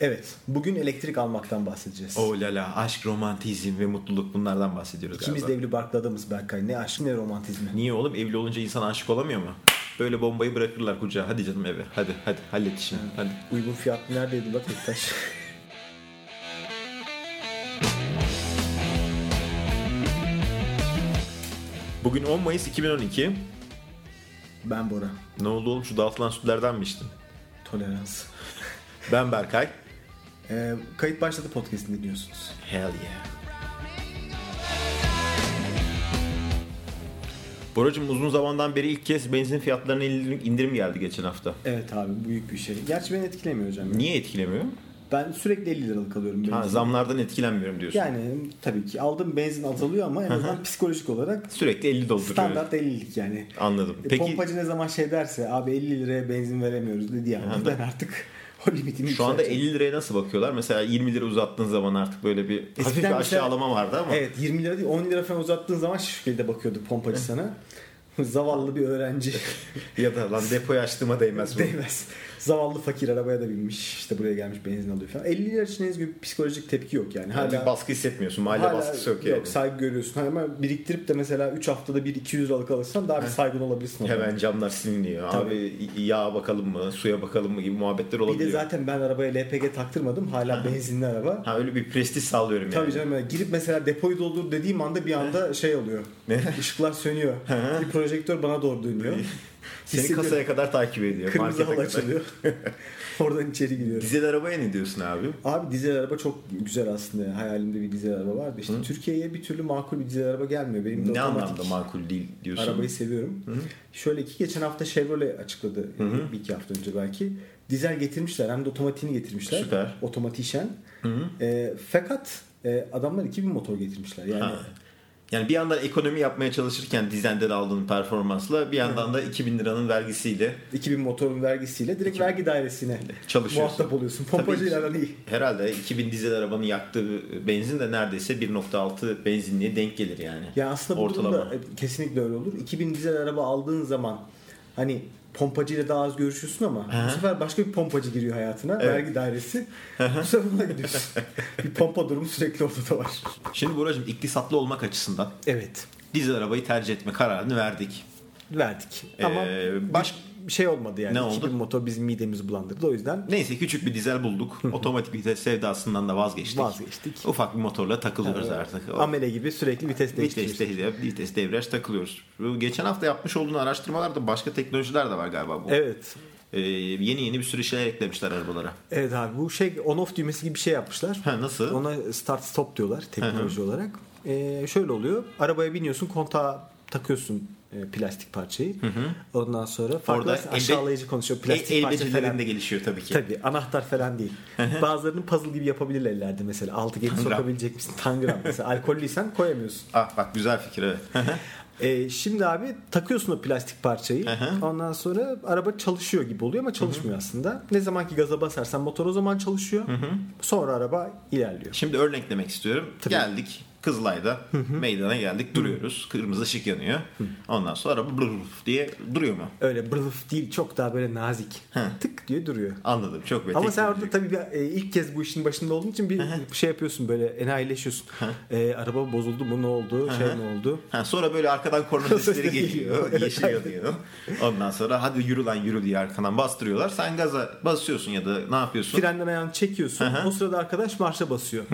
Evet. Bugün elektrik almaktan bahsedeceğiz. Oh la la aşk, romantizm ve mutluluk bunlardan bahsediyoruz İkimiz de galiba. evli barklı adamız Berkay. Ne aşk ne romantizmi. Niye oğlum evli olunca insan aşık olamıyor mu? Böyle bombayı bırakırlar kucağa. Hadi canım eve. Hadi hadi hallet işini. Hadi. Uygun fiyatlı neredeydi bak Bektaş? Bugün 10 Mayıs 2012. ben Bora. Ne oldu oğlum şu dağıtılan sütlerden mi içtin? Tolerans. Ben Berkay. Ee, kayıt başladı podcast'ini dinliyorsunuz. Hell yeah. Boracım uzun zamandan beri ilk kez benzin fiyatlarına indirim, indirim geldi geçen hafta. Evet abi büyük bir şey. Gerçi beni etkilemiyor hocam. Niye etkilemiyor? Ben sürekli 50 liralık alıyorum. Ha, benzin. zamlardan etkilenmiyorum diyorsun. Yani tabii ki aldığım benzin azalıyor ama en azından psikolojik olarak Sürekli 50 dolduruyor. standart 50'lik yani. Anladım. E, Peki Pompacı ne zaman şey derse abi 50 liraya benzin veremiyoruz dediği anda ben artık o limitini şu anda yükselteceğim. 50 liraya nasıl bakıyorlar? Mesela 20 lira uzattığın zaman artık böyle bir hafif bir mesela- aşağılama vardı ama. Evet 20 lira değil 10 lira falan uzattığın zaman şu şekilde bakıyordu pompacı sana. Zavallı bir öğrenci Ya da lan depoyu açtığıma değmez bu. değmez. Zavallı fakir arabaya da binmiş işte buraya gelmiş benzin alıyor falan. 50 lira için henüz bir psikolojik tepki yok yani. Yani bir Hala, Hani baskı hissetmiyorsun. Mahalle hala baskısı yok yani. Yok saygı görüyorsun. Hani Ama biriktirip de mesela 3 haftada bir 200 liralık alırsan daha bir saygın olabilirsin. o zaman. Hemen camlar siliniyor. Tabii. Abi yağa bakalım mı, suya bakalım mı gibi muhabbetler Bir olabiliyor. de zaten ben arabaya LPG taktırmadım. Hala benzinli araba. Ha öyle bir prestij sağlıyorum yani. Tabii canım yani girip mesela depoyu doldur dediğim anda bir anda şey oluyor. Işıklar sönüyor. bir projektör bana doğru dönüyor. Seni Hissediyorum. kasaya kadar takip ediyor. Kırmızı markete halı kadar. açılıyor. Oradan içeri giriyorum. Dizel arabaya ne diyorsun abi? Abi dizel araba çok güzel aslında. yani. Hayalimde bir dizel araba vardı. İşte Türkiye'ye bir türlü makul bir dizel araba gelmiyor. Benim de Ne otomatik anlamda makul değil diyorsun? arabayı seviyorum. Şöyle ki geçen hafta Chevrolet açıkladı. Bir iki hafta önce belki. Dizel getirmişler. Hem de otomatiğini getirmişler. Süper. Otomatişen. E, fakat e, adamlar 2000 motor getirmişler. Yani Ha. Yani bir yandan ekonomi yapmaya çalışırken dizenden aldığın performansla bir yandan da 2000 liranın vergisiyle 2000 motorun vergisiyle direkt vergi dairesine çalışıyorsun. muhatap oluyorsun. Pompacıyla aran iyi. Herhalde 2000 dizel arabanın yaktığı benzin de neredeyse 1.6 benzinliğe denk gelir yani. Yani aslında bu Ortalama. durumda e, kesinlikle öyle olur. 2000 dizel araba aldığın zaman hani pompacıyla daha az görüşüyorsun ama bu sefer başka bir pompacı giriyor hayatına. Vergi dairesi. bu sefer buna gidiyorsun. bir pompa durumu sürekli ortada var. Şimdi Buracığım iktisatlı olmak açısından Evet. dizel arabayı tercih etme kararını verdik. Verdik. Ee, ama baş- bir şey olmadı yani. Ne oldu? 2000 motor bizim midemizi bulandırdı. O yüzden Neyse küçük bir dizel bulduk. Otomatik vites sevdasından da vazgeçtik. Vazgeçtik. Ufak bir motorla takılıyoruz artık. O- amele gibi sürekli vites Vites, değiştiriyorsun. de- vites devraj takılıyoruz. Bu Geçen hafta yapmış olduğun araştırmalarda başka teknolojiler de var galiba bu. Evet. Ee, yeni yeni bir sürü şeyler eklemişler arabalara. Evet abi bu şey on off düğmesi gibi bir şey yapmışlar. Ha, nasıl? Ona start stop diyorlar teknoloji olarak. Ee, şöyle oluyor. Arabaya biniyorsun kontağa takıyorsun e, plastik parçayı. Ondan sonra farklı Orada elde- aşağılayıcı konuşuyor. Plastik E- El, el parça becerilerin falan. de gelişiyor tabii ki. Tabii anahtar falan değil. Bazılarını puzzle gibi yapabilirlerdi mesela. Altı geri Tangram. sokabilecek misin? Tangram mesela. Alkollüysen koyamıyorsun. Ah bak güzel fikir evet. Ee, şimdi abi takıyorsun o plastik parçayı. Ondan sonra araba çalışıyor gibi oluyor ama çalışmıyor aslında. Ne zaman ki gaza basarsan motor o zaman çalışıyor. Sonra araba ilerliyor. Şimdi örneklemek istiyorum. Geldik Kızılay'da meydana geldik duruyoruz. Kırmızı ışık yanıyor. Ondan sonra araba brrrr diye duruyor mu? Öyle brılıf değil çok daha böyle nazik. Tık diye duruyor. Anladım çok böyle Ama sen orada teknolojik. tabii bir, e, ilk kez bu işin başında olduğun için bir şey yapıyorsun böyle enayileşiyorsun. E, araba bozuldu mu ne oldu şey mi oldu? Ha, sonra böyle arkadan korna sesleri geliyor. yeşil yanıyor. Ondan sonra hadi yürü lan yürü diye arkadan bastırıyorlar. Sen gaza basıyorsun ya da ne yapıyorsun? Frenden ayağını çekiyorsun. O sırada arkadaş marşa basıyor.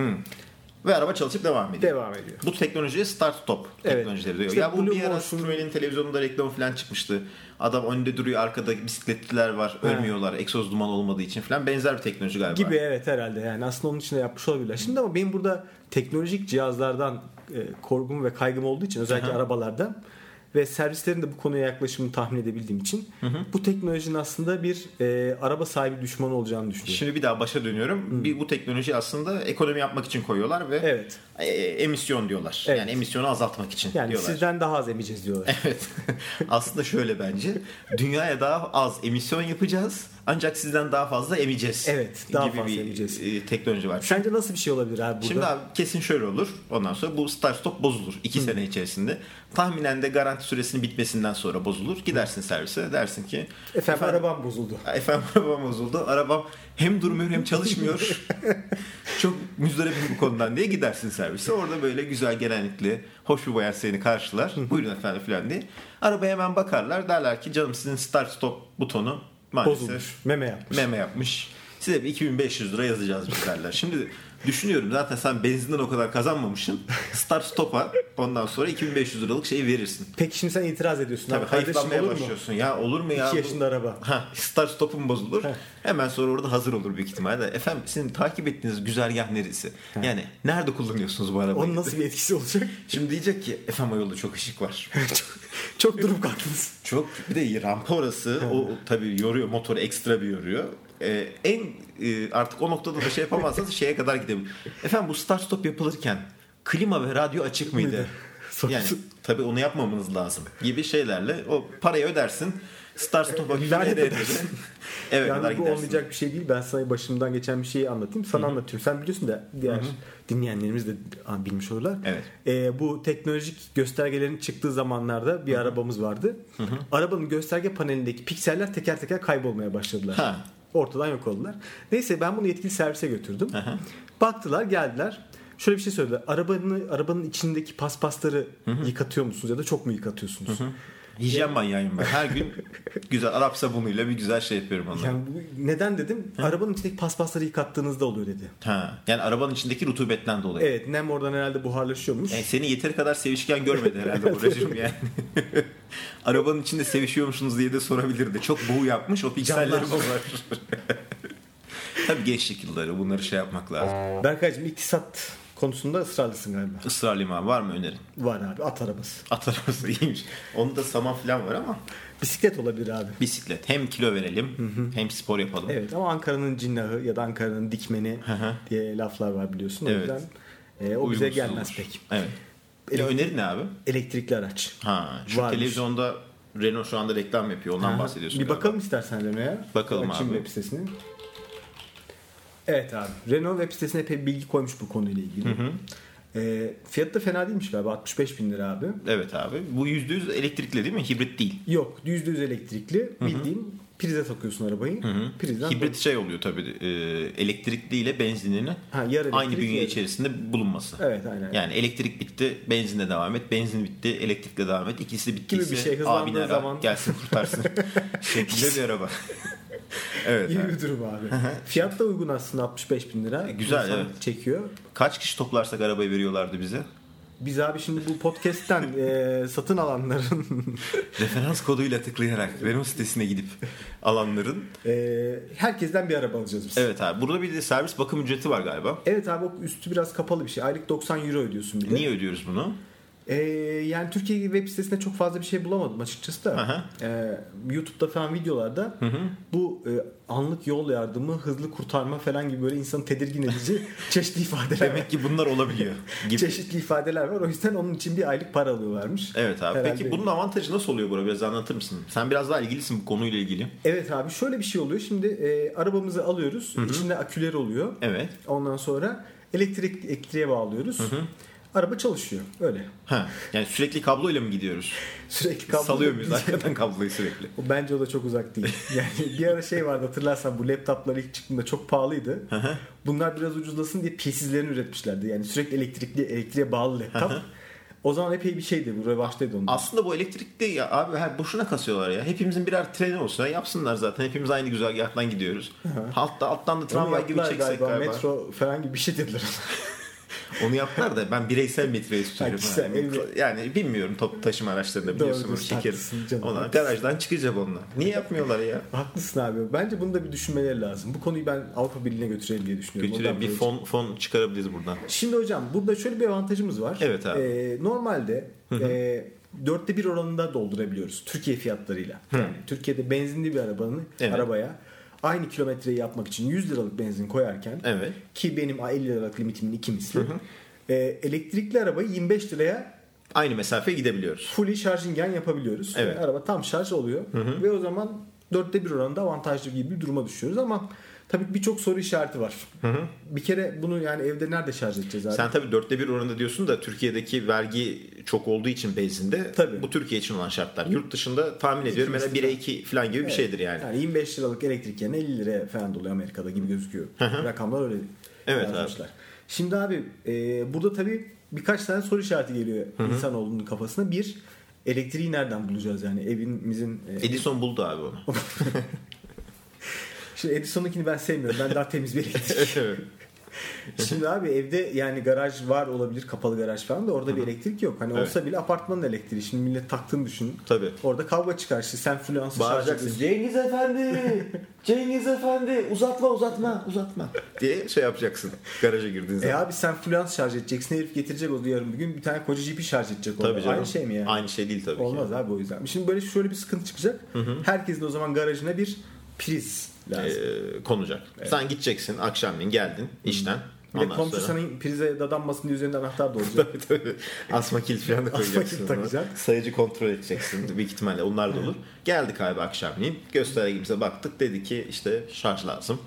Ve araba çalışıp devam ediyor. Devam ediyor. Bu teknolojiye start stop Evet. teknolojileri diyor. İşte ya bu Blue bir ara Motion- Strömel'in televizyonunda reklam falan çıkmıştı. Adam önde duruyor arkada bisikletliler var ölmüyorlar egzoz duman olmadığı için falan benzer bir teknoloji galiba. Gibi evet herhalde yani aslında onun için de yapmış olabilirler. Şimdi ama benim burada teknolojik cihazlardan e, korgum ve kaygım olduğu için özellikle arabalarda ve servislerin de bu konuya yaklaşımını tahmin edebildiğim için bu teknolojinin aslında bir e, araba sahibi düşmanı olacağını düşünüyorum. Şimdi bir daha başa dönüyorum. Bir, bu teknoloji aslında ekonomi yapmak için koyuyorlar ve Evet. e, emisyon diyorlar. Evet. Yani emisyonu azaltmak için Yani diyorlar. E, sizden daha az emeceğiz diyorlar. Evet. Aslında şöyle bence dünyaya daha az emisyon yapacağız Ancak sizden daha fazla emeceğiz. Evet, daha gibi fazla bir, emeceğiz. e, teknoloji var. Sence nasıl bir şey olabilir abi burada? Şimdi abi kesin şöyle olur. Ondan sonra bu start stop bozulur 2 sene içerisinde. Tahminen de garanti süresinin bitmesinden sonra bozulur. Gidersin servise dersin ki efendim arabam bozuldu. efendim arabam bozuldu. Arabam hem durmuyor hem çalışmıyor. Çok müzdaripim bu konudan diye gidersin servise. Orada böyle güzel genellikle hoş bir bayan seni karşılar. Buyurun efendim filan diye. Arabaya hemen bakarlar. Derler ki canım sizin start stop butonu maalesef Bozulmuş. Meme yapmış. meme yapmış. Size bir 2500 lira yazacağız biz derler. Şimdi düşünüyorum zaten sen benzinden o kadar kazanmamışsın. Start stop'a ondan sonra 2500 liralık şeyi verirsin. Peki şimdi sen itiraz ediyorsun. Tabii abi kardeşim hayıflanmaya olur mu? başlıyorsun. Ya olur mu ya? 2 bu- yaşında araba. Ha, start stop'un bozulur. Hemen sonra orada hazır olur büyük ihtimalle. Efendim sizin takip ettiğiniz güzergah neresi? Yani nerede kullanıyorsunuz bu arabayı? Onun nasıl bir etkisi olacak? Şimdi diyecek ki efendim o yolda çok ışık var. çok, çok durup kalktınız. Çok bir de rampa orası o tabii yoruyor motoru ekstra bir yoruyor. Ee, en e, artık o noktada da şey yapamazsanız şeye kadar gidebilir. Efendim bu start stop yapılırken klima ve radyo açık mıydı? Sorusu. yani tabii onu yapmamanız lazım gibi şeylerle o parayı ödersin. Start stop'a Lanet edersin. edersin. evet Yani bu kadar gidersin. olmayacak bir şey değil. Ben sana başımdan geçen bir şeyi anlatayım. Sana anlatıyorum. Sen biliyorsun da diğer dinleyenlerimiz de aa, bilmiş olurlar. Evet. Ee, bu teknolojik göstergelerin çıktığı zamanlarda bir arabamız vardı. Arabanın gösterge panelindeki pikseller teker teker kaybolmaya başladılar. Ha. Ortadan yok oldular. Neyse ben bunu yetkili servise götürdüm. Baktılar geldiler. Şöyle bir şey söylediler. Arabanın, arabanın içindeki paspasları yıkatıyor musunuz ya da çok mu yıkatıyorsunuz? Hijyen manyağıyım ben. Her gün güzel Arap sabunuyla bir güzel şey yapıyorum onları. Yani bu- neden dedim? Arabanın içindeki paspasları yıkattığınızda oluyor dedi. ha. yani arabanın içindeki rutubetten dolayı. Evet nem oradan herhalde buharlaşıyormuş. Yani seni yeteri kadar sevişken görmedi herhalde bu rejim yani. Arabanın içinde sevişiyormuşsunuz diye de sorabilirdi. Çok boğu yapmış o pikselleri Camlar. bozar. Tabii gençlik yılları bunları şey yapmak lazım. Berkaycığım iktisat konusunda ısrarlısın galiba. Israrlıyım abi var mı önerin? Var abi at arabası. At arabası iyiymiş. Onda saman falan var ama Bisiklet olabilir abi. bisiklet. Hem kilo verelim hem spor yapalım. Evet ama Ankara'nın cinnahı ya da Ankara'nın dikmeni hı. diye laflar var biliyorsun. O Evet. yüzden e, o bize Uygunsuz gelmez olur. pek. Evet. Ne önerin ne abi? Elektrikli araç. Ha, şu Varmış. televizyonda Renault şu anda reklam yapıyor. Ondan bahsediyorsun. Bir galiba. bakalım istersen Renault'a. Bakalım Açayım abi. web sitesini. Evet abi. Renault web sitesine epey bilgi koymuş bu konuyla ilgili. E, fiyat da fena değilmiş galiba. 65 bin lira abi. Evet abi. Bu %100 elektrikli değil mi? Hibrit değil. Yok %100 elektrikli bildiğin prize takıyorsun arabayı. Prizden Hibrit şey oluyor tabii e, elektrikli ile benzininin Ha, yarı elektrik, aynı bünye yarı- içerisinde bulunması. Evet aynen. Yani elektrik bitti, benzinle devam et, benzin bitti, elektrikle devam et. İkisi bittiyse Gibi bir şey, hızlandığı abini ara, zaman- gelsin kurtarsın şeklinde bir araba. evet. İyi abi. bir durum abi. Fiyat da uygun aslında 65 bin lira. güzel, İnsan evet. Çekiyor. Kaç kişi toplarsak arabayı veriyorlardı bize? Biz abi şimdi bu podcast'ten e, satın alanların Referans koduyla tıklayarak Renault sitesine gidip alanların. e, herkesten bir araba alacağız biz. Evet abi. Burada bir de servis bakım ücreti var galiba. Evet abi o üstü biraz kapalı bir şey. Aylık 90 euro ödüyorsun bir de. Niye ödüyoruz bunu? E, yani Türkiye web sitesinde çok fazla bir şey bulamadım açıkçası da. Aha. E, YouTube'da falan videolarda bu e, anlık yol yardımı, hızlı kurtarma falan gibi böyle insanı tedirgin edici çeşitli ifadeler var. Demek ki bunlar olabiliyor. Gibi. çeşitli ifadeler var. O yüzden onun için bir aylık para alıyorlarmış. Evet abi. Herhalde. Peki bunun avantajı nasıl oluyor Bora? Biraz anlatır mısın? Sen biraz daha ilgilisin bu konuyla ilgili. Evet abi şöyle bir şey oluyor. Şimdi e, arabamızı alıyoruz. İçinde aküler oluyor. Evet. Ondan sonra elektrik elektriğe bağlıyoruz. Araba çalışıyor. Öyle. Ha. Yani sürekli kabloyla mı gidiyoruz? Sürekli kablo. Salıyor muyuz arkadan kabloyu sürekli? O Bence o da çok uzak değil. Yani bir ara şey vardı hatırlarsan bu laptoplar ilk çıktığında çok pahalıydı. Bunlar biraz ucuzlasın diye pilsizlerini üretmişlerdi. Yani sürekli elektrikli elektriğe bağlı laptop. o zaman epey bir şeydi. Bu revaçtaydı onun. Aslında bu elektrikli ya abi ha, boşuna kasıyorlar ya. Hepimizin birer treni olsa yapsınlar zaten. Hepimiz aynı güzergahtan gidiyoruz. Altta, alttan da Onu tramvay gibi yaptılar çeksek galiba. Metro falan gibi bir şey dediler. ona. Onu yaptılar da ben bireysel metreyi tutuyorum. Ha, kişisel, yani. evet. Yani bilmiyorum top taşıma araçlarında biliyorsunuz diyorsun, şeker. haklısın canım, Onlar haklısın. garajdan çıkacak onlar. Niye yapmıyorlar ya? Haklısın abi. Bence bunu da bir düşünmeleri lazım. Bu konuyu ben Avrupa Birliği'ne götürelim diye düşünüyorum. Götüre Oradan bir böyle- fon fon çıkarabiliriz buradan. Şimdi hocam burada şöyle bir avantajımız var. Evet abi. Ee, normalde e, dörtte bir oranında doldurabiliyoruz Türkiye fiyatlarıyla. Yani Türkiye'de benzinli bir arabanın Evet. arabaya aynı kilometreyi yapmak için 100 liralık benzin koyarken Evet. ki benim 50 liralık limitimin iki misli. e, elektrikli arabayı 25 liraya Aynı mesafeye gidebiliyoruz. fully şarjingen yapabiliyoruz. Evet. Yani araba tam şarj oluyor ve o zaman dörtte bir oranda avantajlı gibi bir duruma düşüyoruz ama tabii birçok soru işareti var. Bir kere bunu yani evde nerede şarj edeceğiz abi? Sen tabii dörtte bir oranında diyorsun da Türkiye'deki vergi çok olduğu için benzinde Tabii. bu Türkiye için olan şartlar. Yurt dışında tahmin ediyorum herhalde 1'e 2 falan gibi bir şeydir yani. Yani 25 liralık elektrik yerine 50 liraya falan doluyor Amerika'da gibi gözüküyor. Rakamlar öyle Evet abi. yazmışlar. Şimdi abi e, burada tabii birkaç tane soru işareti geliyor insanoğlunun kafasına. Bir, elektriği nereden bulacağız yani evimizin... e, Edison buldu abi onu. Şimdi Edison'unkini ben sevmiyorum. Ben daha temiz bir elektrik. Şimdi abi evde yani garaj var olabilir kapalı garaj falan da orada bir elektrik yok. Hani Evet. olsa bile apartmanın elektriği. Şimdi millet taktığını düşün. Tabii. Orada kavga çıkar. İşte sen fluansı şarj Bağıracaksın. ediyorsun. Cengiz Efendi! Cengiz Efendi! Uzatma uzatma uzatma. diye şey yapacaksın. Garaja girdiğin E zaman. abi sen fluans şarj edeceksin. Herif getirecek o yarın bir gün bir tane koca jipi şarj edecek orada. tabii canım. Aynı şey mi yani? Aynı şey değil tabii Olmaz ki. abi o yüzden. Şimdi böyle şöyle bir sıkıntı çıkacak. Herkesin o zaman garajına bir priz lazım. Ee, konacak. Sen gideceksin akşamleyin geldin işten. Ve Ondan komşu sonra sana prize dadanmasın diye üzerinde anahtar da olacak. asma kilit falan da koyacaksın. kilit ona. takacaksın. Sayıcı kontrol edeceksin büyük ihtimalle onlar da olur. Geldik abi akşamleyin göstergemize baktık dedi ki işte şarj lazım.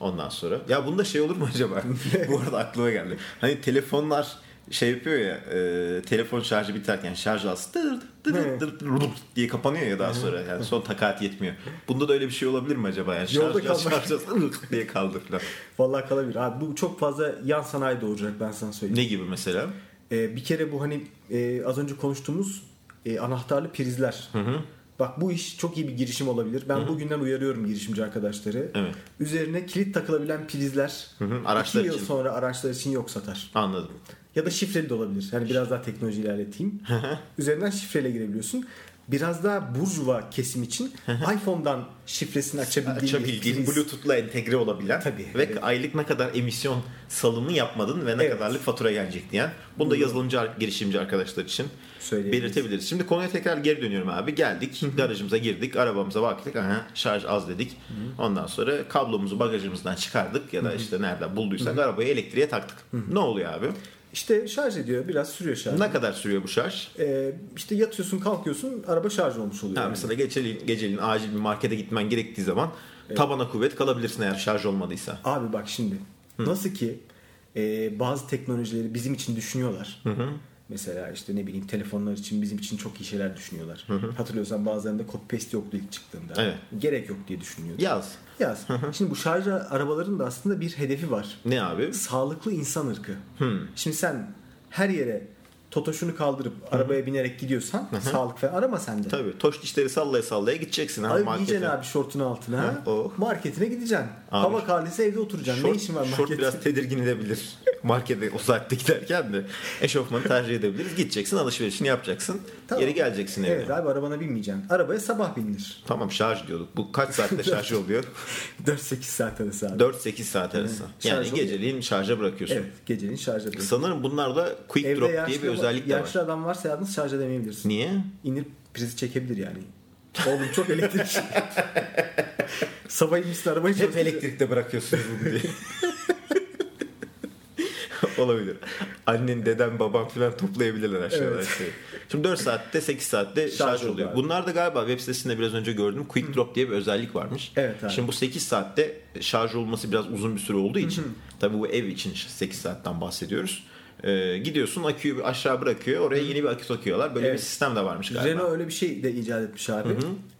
Ondan sonra ya bunda şey olur mu acaba? Bu arada aklıma geldi. Hani telefonlar şey yapıyor ya e, telefon şarjı biterken şarj alsın dır dır dır dır dır diye kapanıyor ya daha sonra yani son takat yetmiyor. Bunda da öyle bir şey olabilir mi acaba yani şarj Yolda şarj kalmak. şarj dır diye kaldı falan. Vallahi kalabilir. Abi bu çok fazla yan sanayi doğuracak ben sana söyleyeyim. Ne gibi mesela? Ee, bir kere bu hani e, az önce konuştuğumuz e, anahtarlı prizler. Bak bu iş çok iyi bir girişim olabilir. Ben bugünden uyarıyorum girişimci arkadaşları. Evet. Üzerine kilit takılabilen prizler hı, araçlar iki yıl için. sonra araçlar için yok satar. Anladım. Ya da şifreli de olabilir. Yani biraz daha teknoloji ilerleteyim. Üzerinden şifreyle girebiliyorsun. Biraz daha burjuva kesim için iPhone'dan şifresini açabildiğin, açabildiğin, bir priz. Bluetooth'la entegre olabilen Tabii, ve evet. aylık ne kadar emisyon salımı yapmadın ve ne Evet. kadarlık fatura gelecek diyen. Bunu da yazılımcı ar- girişimci arkadaşlar için Söyleyebiliriz. belirtebiliriz. Şimdi konuya tekrar geri dönüyorum abi. Geldik, garajımıza girdik, arabamıza baktık. Aha, şarj az dedik. Ondan sonra kablomuzu bagajımızdan çıkardık ya da işte nereden bulduysak arabayı elektriğe taktık. Ne oluyor abi? İşte şarj ediyor. Biraz sürüyor şarj. Ne kadar sürüyor bu şarj? Ee, işte yatıyorsun kalkıyorsun araba şarj olmuş oluyor. Ha, yani. mesela geceliğin, geceliğin acil bir markete gitmen gerektiği zaman tabana kuvvet kalabilirsin eğer şarj olmadıysa. Abi bak şimdi nasıl ki e, bazı teknolojileri bizim için düşünüyorlar. Mesela işte ne bileyim telefonlar için bizim için çok iyi şeyler düşünüyorlar. Hatırlıyorsan bazılarında copy paste yoktu ilk çıktığında. Evet. Gerek yok diye düşünüyordu. Yaz. Yaz. Şimdi bu şarj arabaların da aslında bir hedefi var. Ne abi? Sağlıklı insan ırkı. Şimdi sen her yere totoşunu kaldırıp arabaya binerek gidiyorsan sağlık falan arama sende. Tabii. Toş dişleri sallaya sallaya gideceksin ha Abi markete. giyeceksin abi şortun altına. Ha, oh. Marketine gideceksin. Hava kaldıysa evde oturacaksın. Şort, ne işin var markette? şort biraz tedirgin edebilir. Markete o saatte giderken de eşofmanı tercih edebiliriz. Gideceksin alışverişini yapacaksın. Tamam. Geri geleceksin eve. Evet abi arabana binmeyeceksin. Arabaya sabah binilir. Tamam şarj diyorduk. Bu kaç saatte şarj oluyor? 4-8 saat arası abi. 4-8 saat arası. Yani Şarj oluyor. geceliğin şarja bırakıyorsun. Evet gecenin şarj edilmesi. Sanırım bunlarda quick Evde drop yaşlı, diye bir özellik de var. yaşlı adam varsa yalnız şarj edemeyebilirsin. Niye? İnip prizi çekebilir yani. Oğlum çok elektrik. Sabah inmişsin arabayı Hep elektrikte bırakıyorsunuz bunu diye. Olabilir. Annen, deden, baban falan toplayabilirler aşağıda. Evet. şeyi. Şimdi 4 saatte 8 saatte şarj, Şarj oldu oluyor. abi. Bunlar da galiba web sitesinde biraz önce gördüm. Quick Drop diye bir özellik varmış. Evet abi. Şimdi bu 8 saatte şarj olması biraz uzun bir süre olduğu için. Tabii bu ev için 8 saatten bahsediyoruz. Ee, gidiyorsun aküyü bir aşağı bırakıyor. Oraya yeni bir akü takıyorlar. Böyle Evet. bir sistem de varmış galiba. Renault öyle bir şey de icat etmiş abi.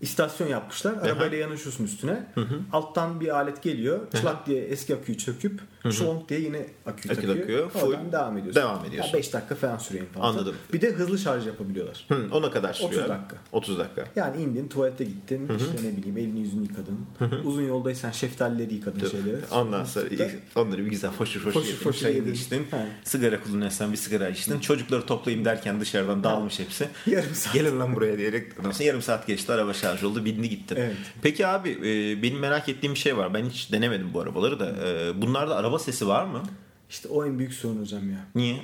İstasyon yapmışlar. Arabayla yanaşıyorsun üstüne. Alttan bir alet geliyor. Çılak diye eski aküyü çöküp şlong diye yeni aküyü Akü takıyor. takıyor. Full Oradan devam ediyorsun. devam ediyorsun. 5 dakika falan sürüyor falan. Anladım. Bir de hızlı şarj yapabiliyorlar. Hı, ona kadar sürüyor. 30 abi. dakika. 30 dakika. Yani indin tuvalete gittin işte ne bileyim elini yüzünü yıkadın. Uzun yoldaysan şeftalileri yıkadın şeyleri. Ondan sonra ilk- onları bir güzel foşur foşur, Foşur yedin, foşur çayını yedin. içtin. Ha. Sigara kullanıyorsan bir sigara içtin. Çocukları toplayayım derken dışarıdan dağılmış hepsi. Yarım saat. Gelin lan buraya diyerek. Ondan sonra yarım saat geçti araba şarj oldu bindi gitti. Evet. Peki abi e, benim merak ettiğim bir şey var. Ben hiç denemedim bu arabaları da. E, bunlarda araba sesi var mı? İşte o en büyük sorun hocam ya. Niye?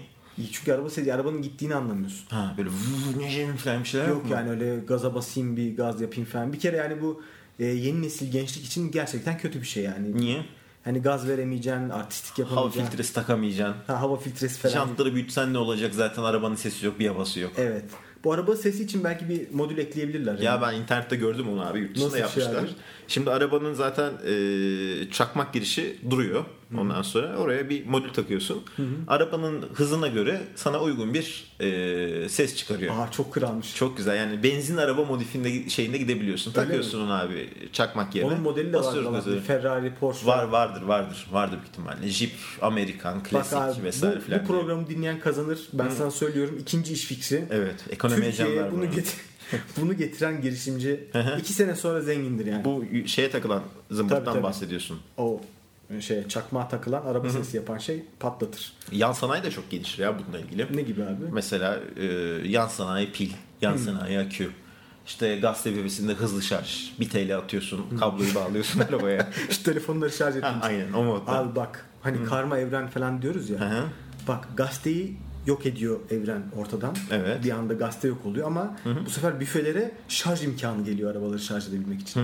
Çünkü araba sesi arabanın gittiğini anlamıyorsun. Ha böyle vuv, ne falan bir şeyler Yok mu? yani öyle gaza basayım bir gaz yapayım falan. Bir kere yani bu e, yeni nesil gençlik için gerçekten kötü bir şey yani. Niye? Hani gaz veremeyeceksin, artistik Hava yapamayacaksın. filtresi takamayacaksın. Ha, hava filtresi falan. Jantları büyütsen ne olacak zaten arabanın sesi yok bir havası yok. Evet. Bu araba sesi için belki bir modül ekleyebilirler. Ya ben internette gördüm onu abi yurt dışında Nasıl bir şey yapmışlar. abi? Şimdi arabanın zaten e, çakmak girişi duruyor. Ondan sonra oraya bir modül takıyorsun. Arabanın hızına göre sana uygun bir e, ses çıkarıyor. Aa çok kralmış. Çok güzel yani benzin araba modifinde şeyinde gidebiliyorsun. Öyle Takıyorsun onu abi çakmak yerine. Onun modeli de var. Basıyoruz galiba. gazı. Ferrari, Porsche. Var vardır vardır vardır büyük ihtimalle. Jeep, Amerikan, Bak klasik abi, vesaire bu, filan. bu programı dinleyen kazanır. Ben sana söylüyorum. ikinci iş fikri. Evet ekonomi Türkiye'ye heyecanlar bunu, var. get- bunu getiren girişimci hı. iki sene sonra zengindir yani. Bu y- şeye takılan Tabii, zımbırttan tabii. bahsediyorsun. O şey çakmağa takılan araba sesi yapan şey patlatır. Yan sanayi de çok gelişir ya bununla ilgili. Ne gibi abi? Mesela e, yan sanayi pil, yan sanayi akü. İşte gaz bebesinde hızlı şarj. Bir TL atıyorsun, kabloyu bağlıyorsun arabaya. Şu telefonları şarj ettim. Ha, Aynen o modda. Abi bak hani karma evren falan diyoruz ya. Hı hı. Bak gazeteyi yok ediyor evren ortadan. Evet. Bir anda gazete yok oluyor ama bu sefer büfelere şarj imkanı geliyor arabaları şarj edebilmek için.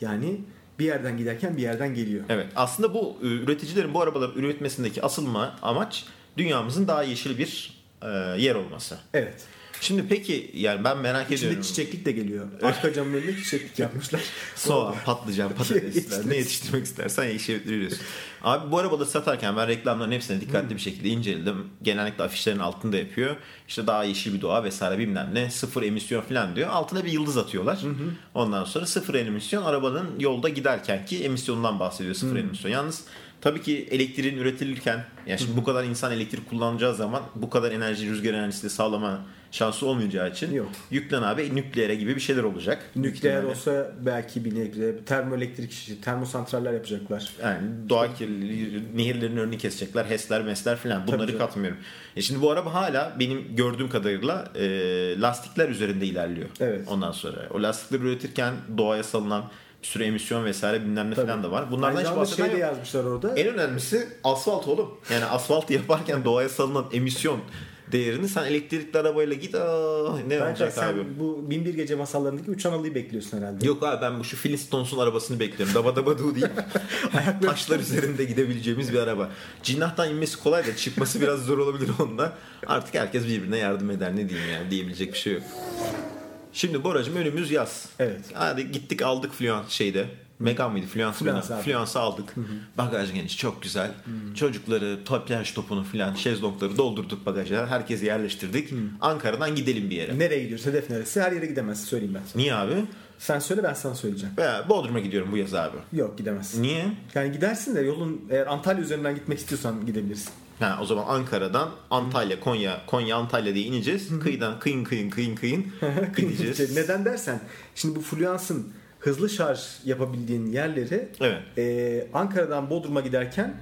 Yani bir yerden giderken bir yerden geliyor. Evet aslında bu e, üreticilerin bu arabaları üretmesindeki asıl ma- amaç dünyamızın daha yeşil bir e, yer olması. Evet. Şimdi peki yani ben merak İçinde ediyorum. çiçeklik de geliyor. Arka camın önüne çiçeklik yapmışlar. Soğan, patlıcan, patatesler Yetiştirmek ne yetiştirmek istersen yetiştirebiliyorsun. Abi bu arabaları satarken ben reklamların hepsini dikkatli bir şekilde inceledim. Genellikle afişlerin altında yapıyor. İşte daha yeşil bir doğa vesaire bilmem ne. Sıfır emisyon falan diyor. Altına bir yıldız atıyorlar. Ondan sonra sıfır emisyon arabanın yolda giderken ki emisyondan bahsediyor sıfır emisyon. Yalnız tabii ki elektriğin üretilirken yani şimdi bu kadar insan elektrik kullanacağı zaman bu kadar enerji rüzgar enerjisi de sağlama şansı olmayacağı için Yok. yüklen abi nükleere gibi bir şeyler olacak. Nükleer Nükleere- olsa belki bir nebze termoelektrik işi, termosantraller yapacaklar. Yani doğa kirliliği, nehirlerin önünü kesecekler, HES'ler, MES'ler filan bunları canım. katmıyorum. E şimdi bu araba hala benim gördüğüm kadarıyla e, lastikler üzerinde ilerliyor. Evet. Ondan sonra o lastikleri üretirken doğaya salınan bir sürü emisyon vesaire bilmem ne falan da var. Bunlardan Aynı hiç zamanda bahseden şey de yok. yazmışlar orada. En önemlisi asfalt oğlum. Yani asfalt yaparken doğaya salınan emisyon değerini sen elektrikli arabayla git aa, ne Bence olacak abi? sen bu Binbir Gece masallarındaki uçan alıyı bekliyorsun herhalde. Yok abi ben bu şu Flintstones'un arabasını bekliyorum. Daba daba du deyip taşlar üzerinde gidebileceğimiz bir araba. Cinnahtan inmesi kolay da çıkması biraz zor olabilir onda. Artık herkes birbirine yardım eder ne diyeyim yani diyebilecek bir şey yok. Şimdi Boracım önümüz yaz. Evet. Hadi gittik aldık Fluence şeyde. Megan mıydı? Fluence, Fluence Fluence, abi. Fluence'ı aldık. Bagaj geniş çok güzel. Çocukları, topyaş topunu filan şezlongları doldurduk bagaja. Herkesi yerleştirdik. Ankara'dan gidelim bir yere. Nereye gidiyorsun? Hedef neresi? Her yere gidemezsin söyleyeyim ben sana. Niye abi? Sen söyle ben sana söyleyeceğim. Ben Bodrum'a gidiyorum bu yaz abi. Yok gidemezsin. Niye? Yani gidersin de yolun eğer Antalya üzerinden gitmek istiyorsan gidebilirsin. Ha, o zaman Ankara'dan Antalya, Konya, Konya Antalya diye ineceğiz. Kıyıdan kıyın kıyın kıyın kıyın gideceğiz. şey, Neden dersen şimdi bu Fluence'ın hızlı şarj yapabildiğin yerleri Evet. e, Ankara'dan Bodrum'a giderken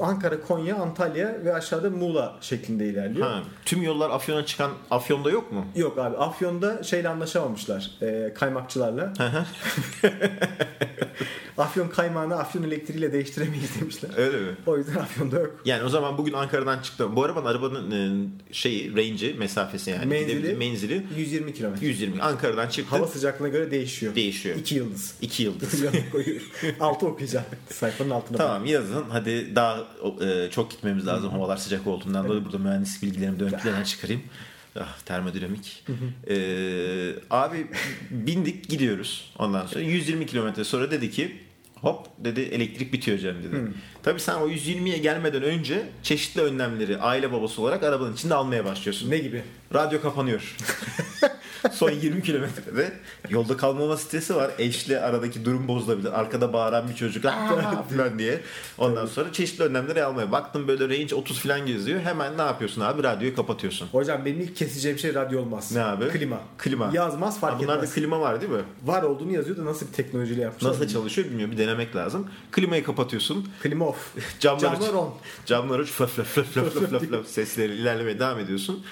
Ankara, Konya, Antalya ve aşağıda Muğla şeklinde ilerliyor. Ha, tüm yollar Afyon'a çıkan Afyon'da yok mu? Yok abi Afyon'da şeyle anlaşamamışlar e, kaymakçılarla. Afyon kaymağını Afyon elektriğiyle değiştiremeyiz demişler. Öyle mi? O yüzden Afyon'da yok. Yani o zaman bugün Ankara'dan çıktım. Bu arabanın arabanın e, şeyi, range'i, mesafesi yani Menzili. gidebildiği menzili 120 kilometre. 120. Ankara'dan çıktı. Hava sıcaklığına göre değişiyor. değişiyor. 2 yıldız. 2 yıldız. Yanına koyuyorum. Altı okuyacağım. Sayfanın altına. bak. Tamam yazın. Hadi daha e, çok gitmemiz lazım. Havalar sıcak olduğundan dolayı burada mühendislik bilgilerimi de ön plana çıkarayım. Ah, termodinamik. E, abi bindik gidiyoruz. Ondan sonra 120 kilometre sonra dedi ki hop dedi elektrik bitiyor Cem dedi. Tabii sen o 120'ye gelmeden önce çeşitli önlemleri aile babası olarak arabanın içinde almaya başlıyorsun. Ne gibi? Radyo kapanıyor. Son 20 kilometrede yolda kalmama stresi var. Eşle aradaki durum bozulabilir. Arkada bağıran bir çocuk "Aa!" falan diye. Ondan sonra çeşitli önlemleri almaya. Baktım böyle range 30 falan geziyor. Hemen ne yapıyorsun abi? Radyoyu kapatıyorsun. Hocam benim ilk keseceğim şey radyo olmaz. Ne abi? Klima. Klima. Yazmaz fark Ha, bunlarda etmez. klima var değil mi? Var olduğunu yazıyor da nasıl bir teknolojiyle yapmışlar. Nasıl çalışıyor bilmiyorum. Bir denemek lazım. Klimayı kapatıyorsun. Klima off. Camlar, Camlar aç. on. Camlar aç. Flöf flöf flöf flöf flöf flöf flöf sesleri ilerlemeye devam ediyorsun.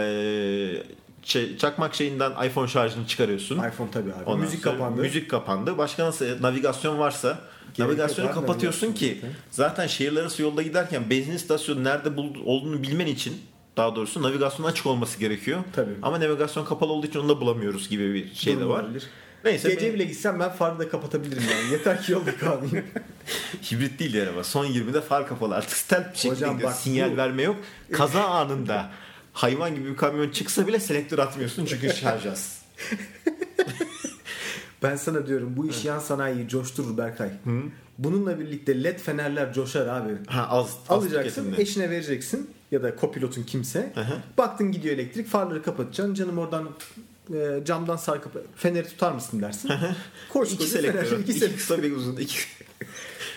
Ee, şey- çakmak şeyinden iPhone şarjını çıkarıyorsun. iPhone tabii abi. Ondan müzik sonra kapandı. Müzik kapandı. Başka nasıl e, navigasyon varsa Gerek navigasyonu yok abi, kapatıyorsun navigasyon ki zaten. zaten şehirler arası yolda giderken benzin istasyonu nerede bul- olduğunu bilmen için daha doğrusu navigasyon açık olması gerekiyor. Tabii. Ama navigasyon kapalı olduğu için onu da bulamıyoruz gibi bir şey de Durum var. olabilir. Neyse Gece benim- bile gitsem ben farı da kapatabilirim yani. Yeter ki yolda kalmayayım. hibrit değil araba. Son 20'de far kapalı artık stealth bir şekilde Hocam gidiyor. bak Sinyal bu- verme yok. Kaza anında hayvan gibi bir kamyon çıksa bile selektör atmıyorsun çünkü şarj az. Ben sana diyorum bu iş yan sanayiyi coşturur Berkay. Bununla birlikte led fenerler coşar abi. Ha az. az Alacaksın tüketimli. eşine vereceksin ya da kopilotun kimse. hı. Baktın gidiyor elektrik farları kapatacaksın. Canım oradan e, camdan sarkıp feneri tutar mısın dersin. Koş İki koş fener, selektör. iki İki, selektör. kısa bir uzun. iki-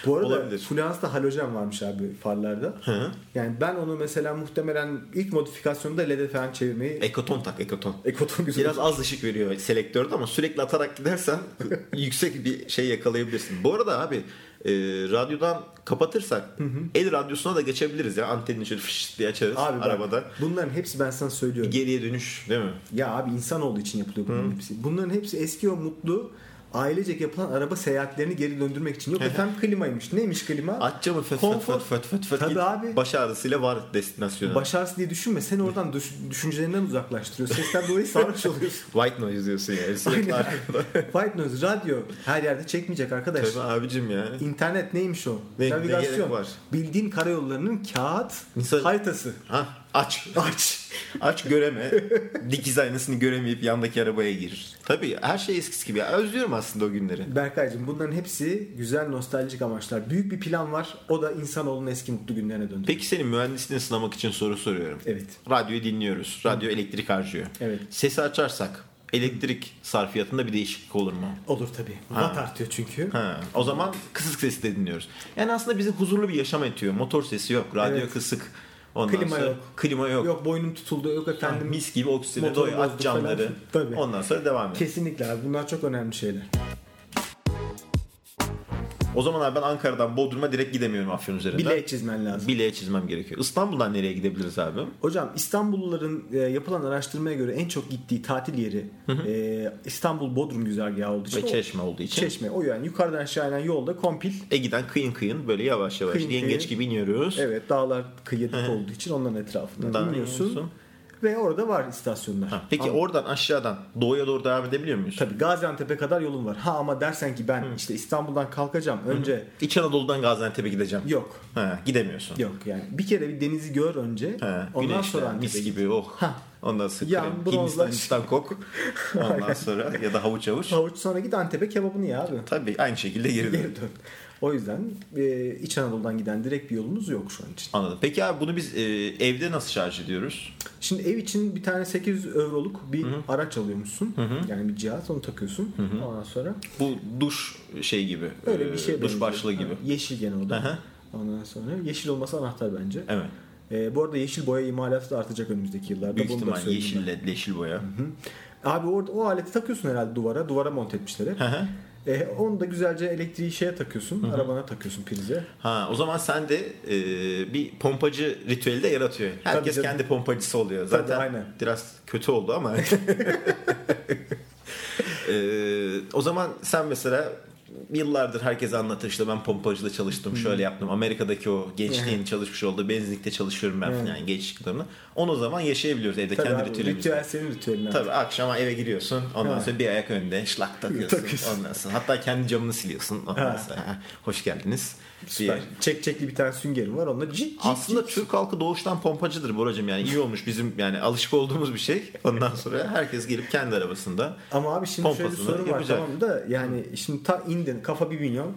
Bu arada Olabilir. Fluence'da halojen varmış abi farlarda. hı. Yani ben onu mesela muhtemelen ilk modifikasyonda LED'e falan çevirmeyi Ekoton tak ekoton. ekoton güzel. E, Biraz az ışık veriyor selektörde ama sürekli atarak gidersen yüksek bir şey yakalayabilirsin. Bu arada abi e, radyodan kapatırsak el radyosuna da geçebiliriz ya. Antenin şöyle fış diye açarız Abi bak, arabada. bunların hepsi ben sana söylüyorum. Geriye dönüş değil mi? Ya abi insan olduğu için yapılıyor bunların hepsi. Bunların hepsi eski o mutlu ailecek yapılan araba seyahatlerini geri döndürmek için. Yok efendim klimaymış. Neymiş klima? Aç camı föt föt Konfor. föt föt föt föt Tabii git. abi. Baş ağrısıyla var destinasyona. Başarısı diye düşünme. Seni oradan düş- düşüncelerinden uzaklaştırıyor. Sesten dolayı sarhoş oluyorsun. White noise diyorsun yani sürekli Aynen. arkada. White noise, radyo her yerde çekmeyecek arkadaş. Tabii abicim ya. İnternet neymiş o? Ne- ne Navigasyon. gerek var? Bildiğin karayollarının kağıt İnsan- haritası. Ha aç. Aç. Aç göreme. Dikiz aynasını göremeyip yandaki arabaya girir. Tabii her şey eskisi gibi. Ya, Özlüyorum aslında o günleri. Berkaycığım bunların hepsi güzel nostaljik amaçlar. Büyük bir plan var. O da insanoğlunun eski mutlu günlerine döndü. Peki senin mühendisliğini sınamak için soru soruyorum. Evet. Radyoyu dinliyoruz. Radyo elektrik harcıyor. Evet. Sesi açarsak elektrik sarfiyatında bir değişiklik olur mu? Olur tabii. Watt artıyor çünkü. Ha, o zaman kısık sesi de dinliyoruz. Yani aslında bizi huzurlu bir yaşam etiyor. Motor sesi yok, radyo Evet. kısık. Ondan Klima sonra, yok. Klima yok. Yok boynum tutuldu. Yok Yani efendim. mis gibi oksijeni Motoru doy, aç bozdu falan. camları. Tabii. Ondan sonra devam et. Kesinlikle abi. Bunlar çok önemli şeyler. O zaman abi ben Ankara'dan Bodrum'a direkt gidemiyorum Afyon üzerinden. Bileğe çizmen lazım. Bileğe çizmem gerekiyor. İstanbul'dan nereye gidebiliriz abi? Hocam İstanbulluların e, yapılan araştırmaya göre en çok gittiği tatil yeri e, İstanbul Bodrum güzergahı olduğu için. Ve o- Çeşme olduğu için. Çeşme. O yani yukarıdan aşağı inen yolda kompil. Ege'den kıyın kıyın böyle yavaş yavaş Kıyın kıyın. yengeç gibi iniyoruz. Evet dağlar kıyıda olduğu için onların etrafından Bundan iniyorsun. iniyorsun. Ve orada var istasyonlar. Ha, Peki Ama- oradan aşağıdan doğuya doğru devam edebiliyor muyuz? Tabii Gaziantep'e kadar yolun var. Ha ama dersen ki ben işte İstanbul'dan kalkacağım. Önce İç Anadolu'dan Gaziantep'e gideceğim. yok. Ha, gidemiyorsun. Yok yani. Bir kere bir denizi gör önce. Ha, ondan güneşle, sonra Antep'e mis git. gibi oh. Ha. Ondan sonra Yan krem, bronzlaş. Hindistan, Hindistan kok. Ondan sonra ya da havuç havuç. Havuç sonra git Antep'e kebabını ye abi. Tabii aynı şekilde geri dön. Geri dön. O yüzden e, İç Anadolu'dan giden direkt bir yolumuz yok şu an için. Anladım. Peki abi bunu biz e, evde nasıl şarj ediyoruz? Şimdi ev için bir tane 800 euroluk bir araç alıyormuşsun. Yani bir cihaz onu takıyorsun. Ondan sonra Bu duş şey gibi. öyle e, bir şey. Duş benziyor. başlığı gibi. Ha, Yeşil gene o Aha. da. Ondan sonra yeşil olması anahtar bence. Evet. E, bu arada yeşil boya imalatı da artacak önümüzdeki yıllarda. Büyük Bunu da ihtimal söyleyeyim ben. yeşil led, yeşil boya. Abi orada o aleti takıyorsun herhalde duvara. Duvara monte etmişler hep. Hı hı. E, onu da güzelce elektriği şeye takıyorsun. Arabana takıyorsun prize. Ha, o zaman sen de e, bir pompacı ritüeli de yaratıyor. Herkes canım. kendi pompacısı oluyor. Tabii, Zaten aynen. biraz kötü oldu ama. E, o zaman sen mesela yıllardır herkes anlatır işte ben pompacıda Hmm. çalıştım şöyle yaptım Amerika'daki o gençliğin çalışmış olduğu benzinlikte çalışıyorum ben falan gençliklerini onu o zaman yaşayabiliyoruz evde Tabii kendi abi, ritüelimizle. ritüel senin ritüelin abi. Tabii akşama eve giriyorsun. Ondan Ha. sonra bir ayak önde şlak takıyorsun. Takıyorsun. Ondan sonra hatta kendi camını siliyorsun. Ondan Ha. sonra ha, hoş geldiniz. Süper. diye. Çek çekli bir tane süngerim var. Onunla cik cik Aslında Türk halkı doğuştan pompacıdır Boracım yani iyi olmuş bizim yani alışık olduğumuz bir şey. Ondan sonra herkes gelip kendi arabasında. Ama abi şimdi şöyle bir Pompasını sorun var yapacak. tamam da yani şimdi ta indin kafa bir milyon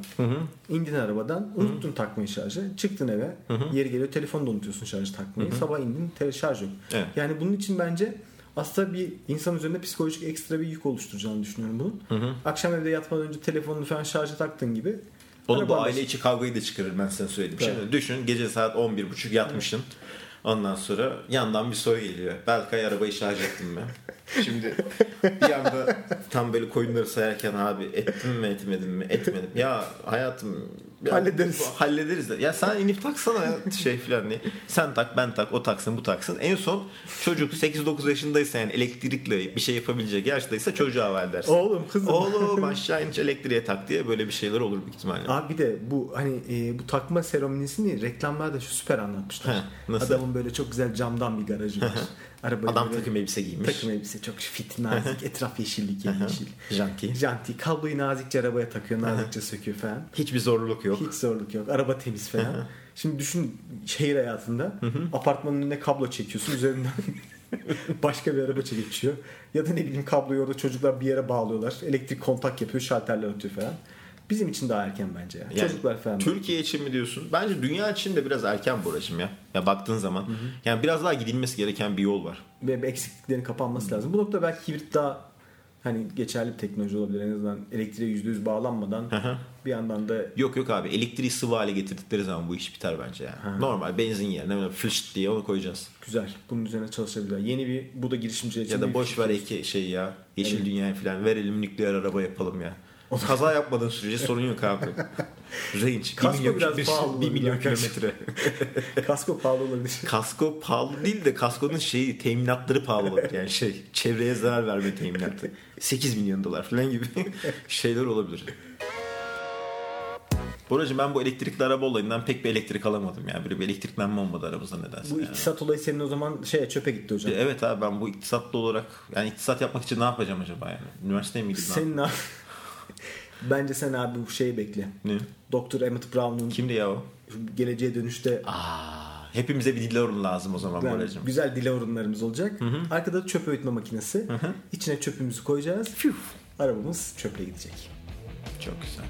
indin arabadan unuttun takmayı şarjı çıktın eve yeri geliyor telefonu da unutuyorsun şarjı takmayı sabah indin te- şarj yok. Evet. Yani bunun için bence aslında bir insan üzerinde psikolojik ekstra bir yük oluşturacağını düşünüyorum bunun. Akşam evde yatmadan önce telefonunu falan şarja taktığın gibi Oğlum bu arabanın aile içi kavgayı da çıkarır ben sana söyleyeyim. Tabii. Şimdi düşün gece saat 11.30 yatmışsın. Ondan sonra yandan bir soy geliyor. Belkay arabayı şarj ettim ben. Şimdi bir anda tam böyle koyunları sayarken abi ettim mi etmedim mi etmedim. Ya hayatım ya Hallederiz. bu- Hallederiz de. Ya sen inip taksana ya şey filan diye. Sen tak ben tak o taksın bu taksın. En son çocuk 8-9 yaşındaysa yani elektrikle bir şey yapabilecek yaştaysa çocuğa ver dersin. Oğlum kızım. Oğlum aşağı inç elektriğe tak diye böyle bir şeyler olur büyük ihtimalle. Abi bir de bu hani e, bu takma seremonisini reklamlarda şu süper anlatmışlar. Heh, nasıl? Adamın böyle çok güzel camdan bir garajı var. Arabayı Adam böyle- takım elbise giymiş. Takım elbise çok fit, nazik, etraf yeşillik, yeşil. Janti. Janti. Kabloyu nazikçe arabaya takıyor, nazikçe söküyor falan. Hiçbir zorluk yok. Hiç zorluk yok. Araba temiz falan. Şimdi düşün şehir hayatında apartmanın önüne kablo çekiyorsun üzerinden Başka bir araba geçiyor. Ya da ne bileyim kabloyu orada çocuklar bir yere bağlıyorlar. Elektrik kontak yapıyor, şalterler atıyor falan. Bizim için daha erken bence ya. Yani Çocuklar falan. Türkiye için mi diyorsun? Bence dünya için de biraz erken Boracım ya. Ya baktığın zaman. Yani biraz daha gidilmesi gereken bir yol var. ve bir eksikliklerin kapanması lazım. Bu nokta belki hibrit daha hani geçerli bir teknoloji olabilir. En azından elektriğe %100 bağlanmadan bir yandan da Yok yok abi elektriği sıvı hale getirdikleri zaman bu iş biter bence yani. Normal benzin yerine böyle flash diye onu koyacağız. güzel bunun üzerine çalışabilirler. Yeni bir bu da girişimciler için Ya da bir- boş ver eki şey ya. Yeşil dünyayı falan verelim nükleer araba yapalım ya. Kaza yapmadığın sürece sorun yok abi. Range. Kasko biraz bir, pahalı bir milyon olabilir arkadaşlar. kilometre. kasko pahalı olabilir. Kasko pahalı değil de kaskonun şeyi teminatları pahalı olabilir. Yani şey çevreye zarar verme teminatı. 8 milyon dolar falan gibi şeyler olabilir. Boracığım ben bu elektrikli araba olayından pek bir elektrik alamadım yani. Böyle bir elektriklenme olmadı aramızda nedense. Bu yani. iktisat olayı senin o zaman şeye çöpe gitti hocam. Evet abi ben bu iktisatlı olarak yani iktisat yapmak için ne yapacağım acaba yani? Üniversiteye mi gideyim? ne Senin abi Bence sen abi bu şeyi bekle. Ne? Doktor Emmett Brown'un Kimdi ya o? geleceğe dönüşte Ah, Aa, hepimize bir Dilarum lazım o zaman yani Boracığım. güzel dil orunlarımız olacak. Arkada çöp öğütme makinesi. İçine çöpümüzü koyacağız. Arabamız çöple gidecek. Çok güzel.